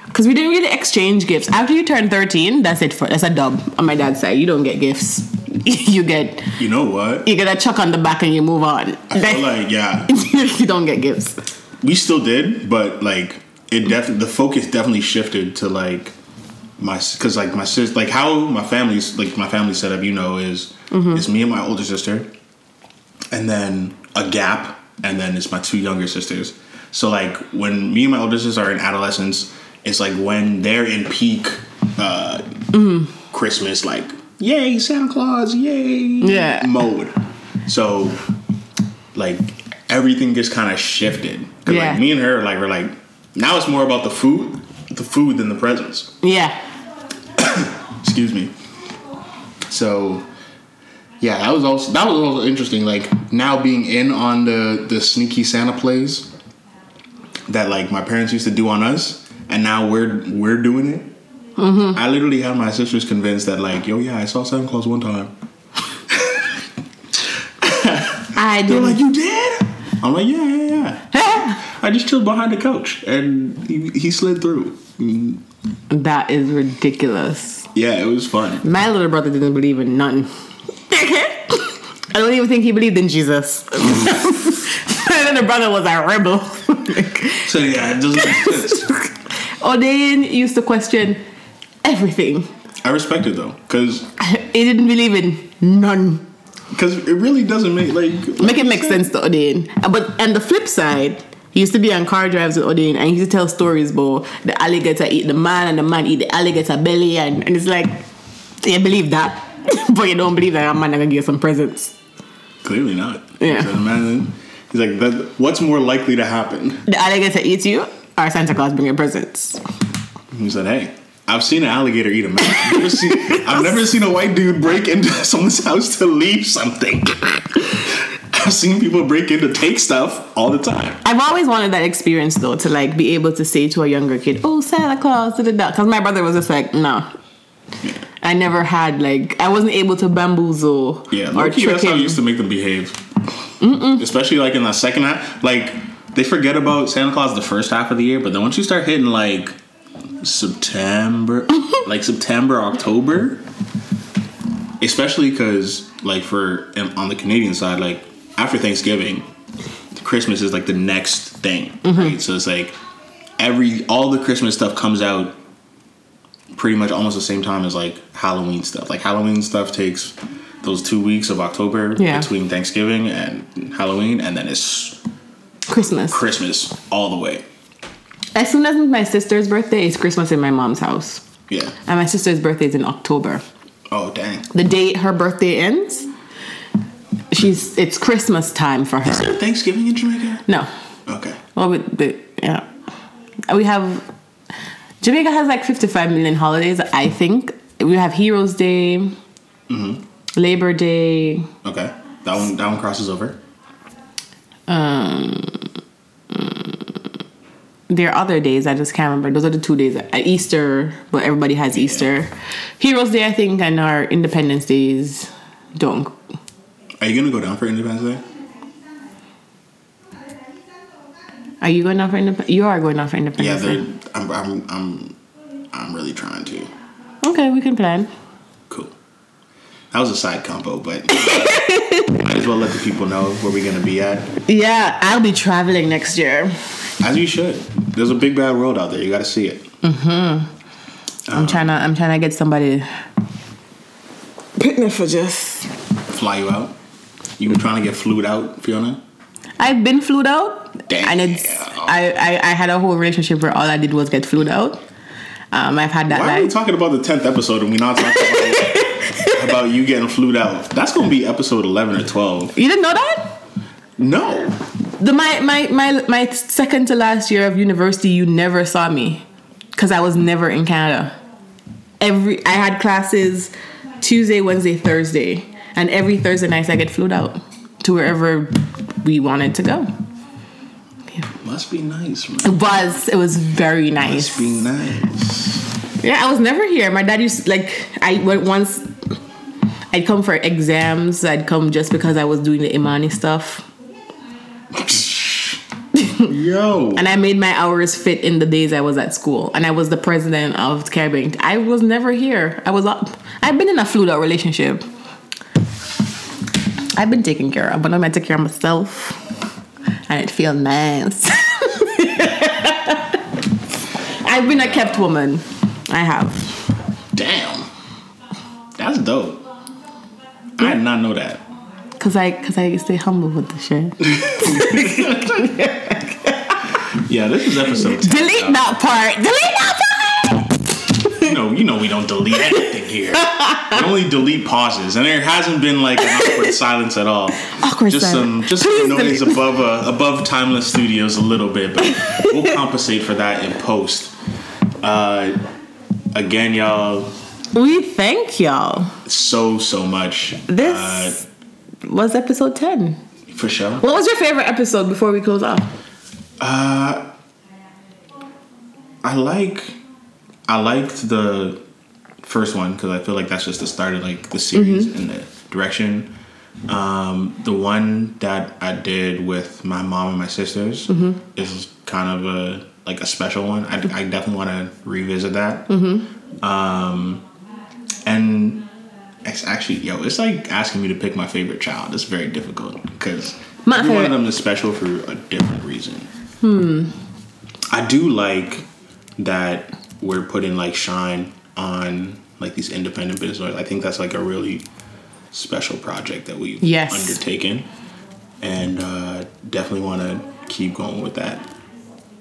because we didn't really exchange gifts. After you turn 13, that's it for that's a dub on my dad's side. You don't get gifts. you get You know what? you get a chuck on the back and you move on. I feel like yeah, you don't get gifts. we still did, but like it definitely the focus definitely shifted to like my because like my sis like how my family's like my family set up. You know, is it's me and my older sister, and then a gap, and then it's my two younger sisters. So like when me and my older sisters are in adolescence, it's like when they're in peak uh, Christmas, like yay Santa Claus, yay Yeah. mode. So like everything just kind of shifted. 'Cause, Yeah. Like me and her like we're like now it's more about the food, the food than the presents Yeah. excuse me. So, yeah, that was also that was also interesting. Like now being in on the the sneaky Santa plays that like my parents used to do on us, and now we're we're doing it. I literally had my sisters convinced that like, yo, yeah, I saw Santa Claus one time. I They're like, did. you did? I'm like, yeah, yeah, yeah. I just chilled behind the couch and he, he slid through. that is ridiculous. Yeah, it was fun. My little brother didn't believe in nothing. I don't even think he believed in Jesus. My little brother was a rebel. So yeah, it doesn't make sense. Odein oh, used to question everything. I respect it though, because He didn't believe in none. Because it really doesn't make like Make it make sense to Odein. But on the flip side, he used to be on car drives with Odein and he used to tell stories about the alligator eat the man and the man eat the alligator belly and, and it's like, you believe that, but you don't believe that a man gonna give you some presents. Clearly not. Yeah. So the man- he's like, that, what's more likely to happen? the alligator eats you or Santa Claus bring your presents. He said, hey, I've seen an alligator eat a man. I've never seen, I've never seen a white dude break into someone's house to leave something. I've seen people break in to take stuff all the time. I've always wanted that experience though to like be able to say to a younger kid, "Oh, Santa Claus," da da because my brother was just like, "No." I never had like I wasn't able to bamboozle Yeah, or low-key, trick that's how him. I used to make them behave. Especially like in the second half, like they forget about Santa Claus the first half of the year, but then once you start hitting like September, like September, October, especially because like for and on the Canadian side, like after Thanksgiving, Christmas is like the next thing, right? So it's like every all the Christmas stuff comes out pretty much almost the same time as like Halloween stuff. Like Halloween stuff takes those two weeks of October Yeah. between Thanksgiving and Halloween, and then it's Christmas. Christmas all the way. As soon as my sister's birthday, it's Christmas in my mom's house, Yeah. and my sister's birthday is in October. Oh dang. The date her birthday ends, she's it's Christmas time for Is her. there Thanksgiving in Jamaica? No, Okay. Well, but, but yeah, we have Jamaica has like fifty-five million holidays. I think we have Heroes Day, Mm-hmm. Labor Day. Okay. That one that one crosses over. There are other days I just can't remember. Those are the two days. Uh, Easter, well, everybody has Easter, Heroes Day, I think, and our Independence Days don't. Are you gonna go down for Independence Day? Are you going out for Independence? You are going out for Yeah, Independence they're, Day. I'm, I'm, I'm, I'm really trying to. Okay, we can plan. That was a side combo, but might as well let the people know where we're gonna be at. Yeah, I'll be traveling next year. As you should. There's a big bad world out there. You got to see it. Uh-huh. I'm trying to. I'm trying to get somebody. Pick me for just. Fly you out. You were trying to get flued out, Fiona. I've been flued out, Damn. and it's. I, I I had a whole relationship where all I did was get flued out. Um, I've had that Why are we life. talking about the tenth episode and we not talking about, about you getting flued out? That's gonna be episode eleven or twelve. you didn't know that? No, The my my my my second to last year of university, you never saw me, because I was never in Canada. Every I had classes Tuesday, Wednesday, Thursday, and every Thursday nights I get flued out to wherever we wanted to go. must be nice, man. It was it was very Must nice. be nice. Yeah, I was never here. My dad used like I went once. I'd come for exams. I'd come just because I was doing the Imani stuff, Yo, and I made my hours fit in the days I was at school. And I was the president of Caribbean. I was never here. I was up. I've been in a fluid out relationship. I've been taken care of, but I'm gonna take care of myself, and it feels nice. I've been a kept woman. I have. damn, that's dope. I did not know that. Cause I, cause I stay humble with the shit. Yeah, this is episode. 10, Delete y'all. that part. Delete that You know, you know, we don't delete anything here. we only delete pauses, and there hasn't been like an awkward silence at all. Awkward just silence. some, just Please some noise delete. above uh, above timeless studios a little bit, but we'll compensate for that in post. Uh, again, y'all, part. We thank y'all. so so much. This uh, was episode 10. for sure. What was your favorite episode before we close off? I like, I liked the first one because I feel like that's just the start of like the series Mm-hmm. and the direction. Um, the one that I did with my mom and my sisters Mm-hmm. is kind of a like a special one. I, I definitely want to revisit that. Um, Mm-hmm. and it's actually yo, it's like asking me to pick my favorite child. It's very difficult because My every one of favorite- them is special for a different reason. Hmm. I do like that we're putting like shine on like these independent business owners. I think that's like a really special project that we've Yes. undertaken, and uh, definitely want to keep going with that.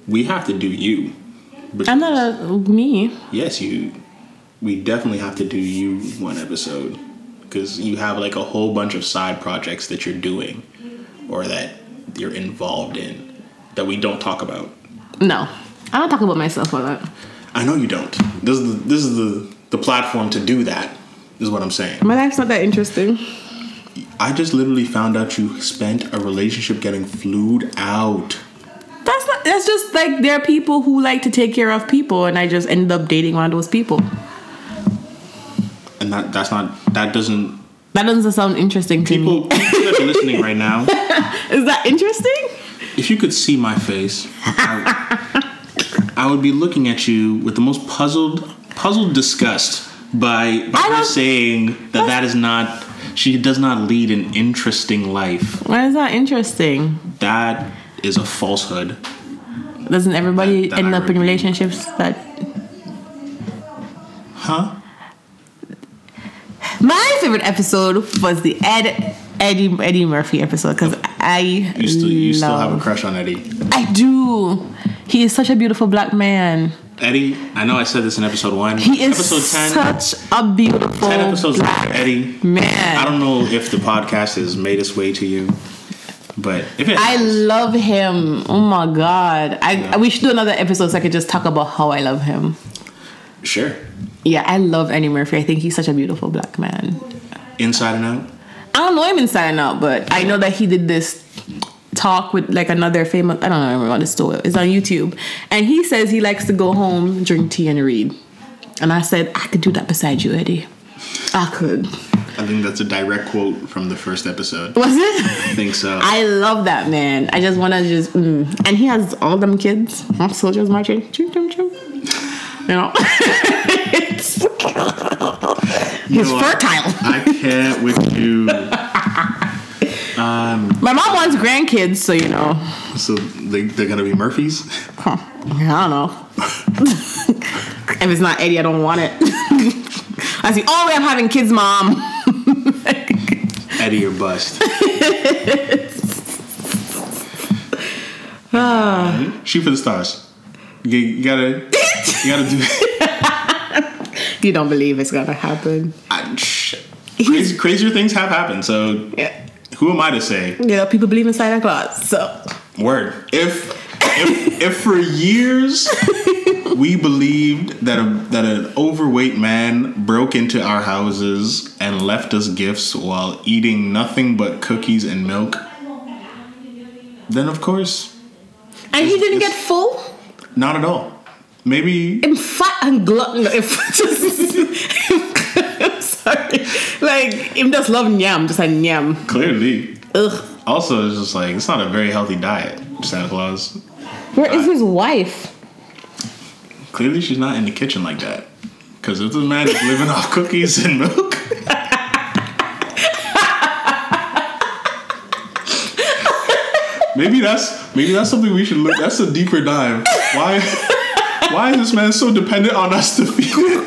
We have to do you. I'm not a me. Yes, you. We definitely have to do you one episode because you have like a whole bunch of side projects that you're doing or that you're involved in that we don't talk about. No. I don't talk about myself a lot. I know you don't. This is the, this is the the platform to do that. Is what I'm saying. My life's not that interesting. I just literally found out you spent a relationship getting flued out. That's not that's just like there are people who like to take care of people and I just ended up dating one of those people. And that that's not that doesn't That doesn't sound interesting to people, me. people that are listening right now, Is that interesting? if you could see my face, I, I would be looking at you with the most puzzled puzzled disgust by by I her don't- saying that that is not she does not lead an interesting life. Why is that interesting? That is a falsehood. Doesn't everybody That- that end I up in repeat. relationships that Huh? My favorite episode was the Ed Eddie Eddie Murphy episode because I You still you still have a love- crush on Eddie. I do. He is such a beautiful black man. Eddie, I know I said this in episode one. He is episode such a beautiful 10 episodes black later, Eddie. man. I don't know if the podcast has made its way to you, but if it I has, love him. Oh my god! I, I we should do another episode so I could just talk about how I love him. sure. Yeah, I love Eddie Murphy. I think he's such a beautiful black man. Inside and out. I don't know him inside and out, but I know that he did this talk with like another famous. I don't know remember what it's still it's on YouTube, and he says he likes to go home, drink tea, and read. And I said I could do that beside you, Eddie. I could. I think that's a direct quote from the first episode. Was I it? think so. I love that man. I just want to just mm. and he has all them kids, Huh, soldiers marching, chum chum chum. You know, You It's know what? fertile. I can't with you. My mom wants grandkids, so you know. So they, they're gonna be Murphys. Huh. I don't know. if it's not Eddie, I don't want it. That's the only way I'm having kids, mom. Eddie or bust. Ah. Uh, Shoot for the stars. You, you gotta, you gotta do. you don't believe it's gonna happen. I, sh- crazy, crazier things have happened. So Yeah. who am I to say? You know, people believe in Santa Claus, so Word. If if, if for years we believed that a, that an overweight man broke into our houses and left us gifts while eating nothing but cookies and milk, then of course and he didn't get full. not at all. Maybe I'm fat and glutton. I'm sorry. Like I'm just loving yam, just like yam. clearly. Ugh. Also, it's just like it's not a very healthy diet. Santa Claus. Where is his wife? Clearly, she's not in the kitchen like that. Because if this man is living off cookies and milk. maybe that's maybe that's something we should look. That's a deeper dive. Why? Why is this man so dependent on us to feed him?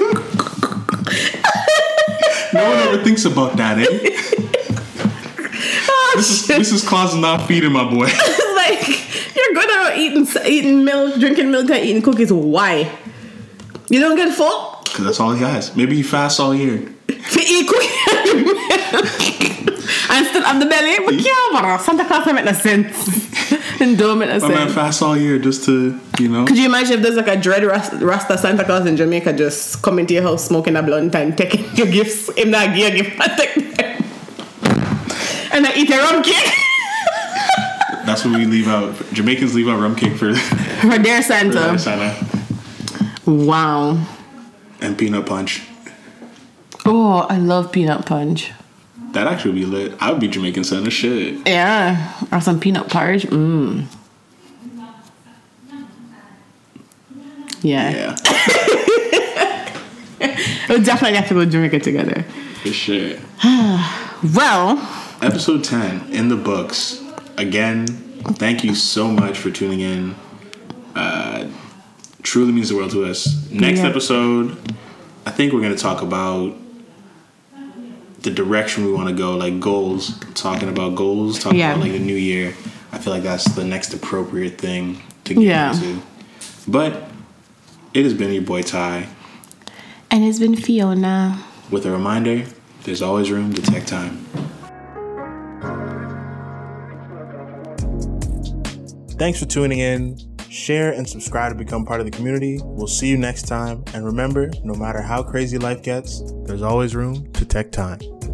no one ever thinks about that, eh? Oh, This is this is Claus not feeding my boy. like you're good at eating eating milk, drinking milk, and eating cookies. Why? You don't get full Because that's all he has. Maybe he fasts all year. to eat cookies and milk. and still have the belly. But yeah, but uh, Santa Claus don't make no sense. and don't make no My man sense. fasts all year just to you know. Could you imagine if there's like a dread ras- Rasta Santa Claus in Jamaica just coming to your house smoking a blunt and taking your gifts? Him not give your gift and take them. And I eat your own cake That's what we leave out. Jamaicans leave out rum cake for, for for their Santa. Santa Wow. and peanut punch. Oh, I love peanut punch. That actually would be lit. I would be Jamaican Santa shit. Yeah, or some peanut porridge. Mmm. Yeah. Yeah, we'll definitely have to go Jamaica together. for sure. Well, Episode ten in the books. Again, thank you so much for tuning in. Uh, truly means the world to us. Next Yeah. episode, I think we're gonna talk about the direction we want to go, like goals. Talking about goals, talking Yeah. about like the new year. I feel like that's the next appropriate thing to get Yeah. into. But it has been your boy Ty and it's been Fiona. with a reminder: there's always room to tech time. Thanks for tuning in. Share and subscribe to become part of the community. We'll see you next time. And remember, no matter how crazy life gets, there's always room to tech time.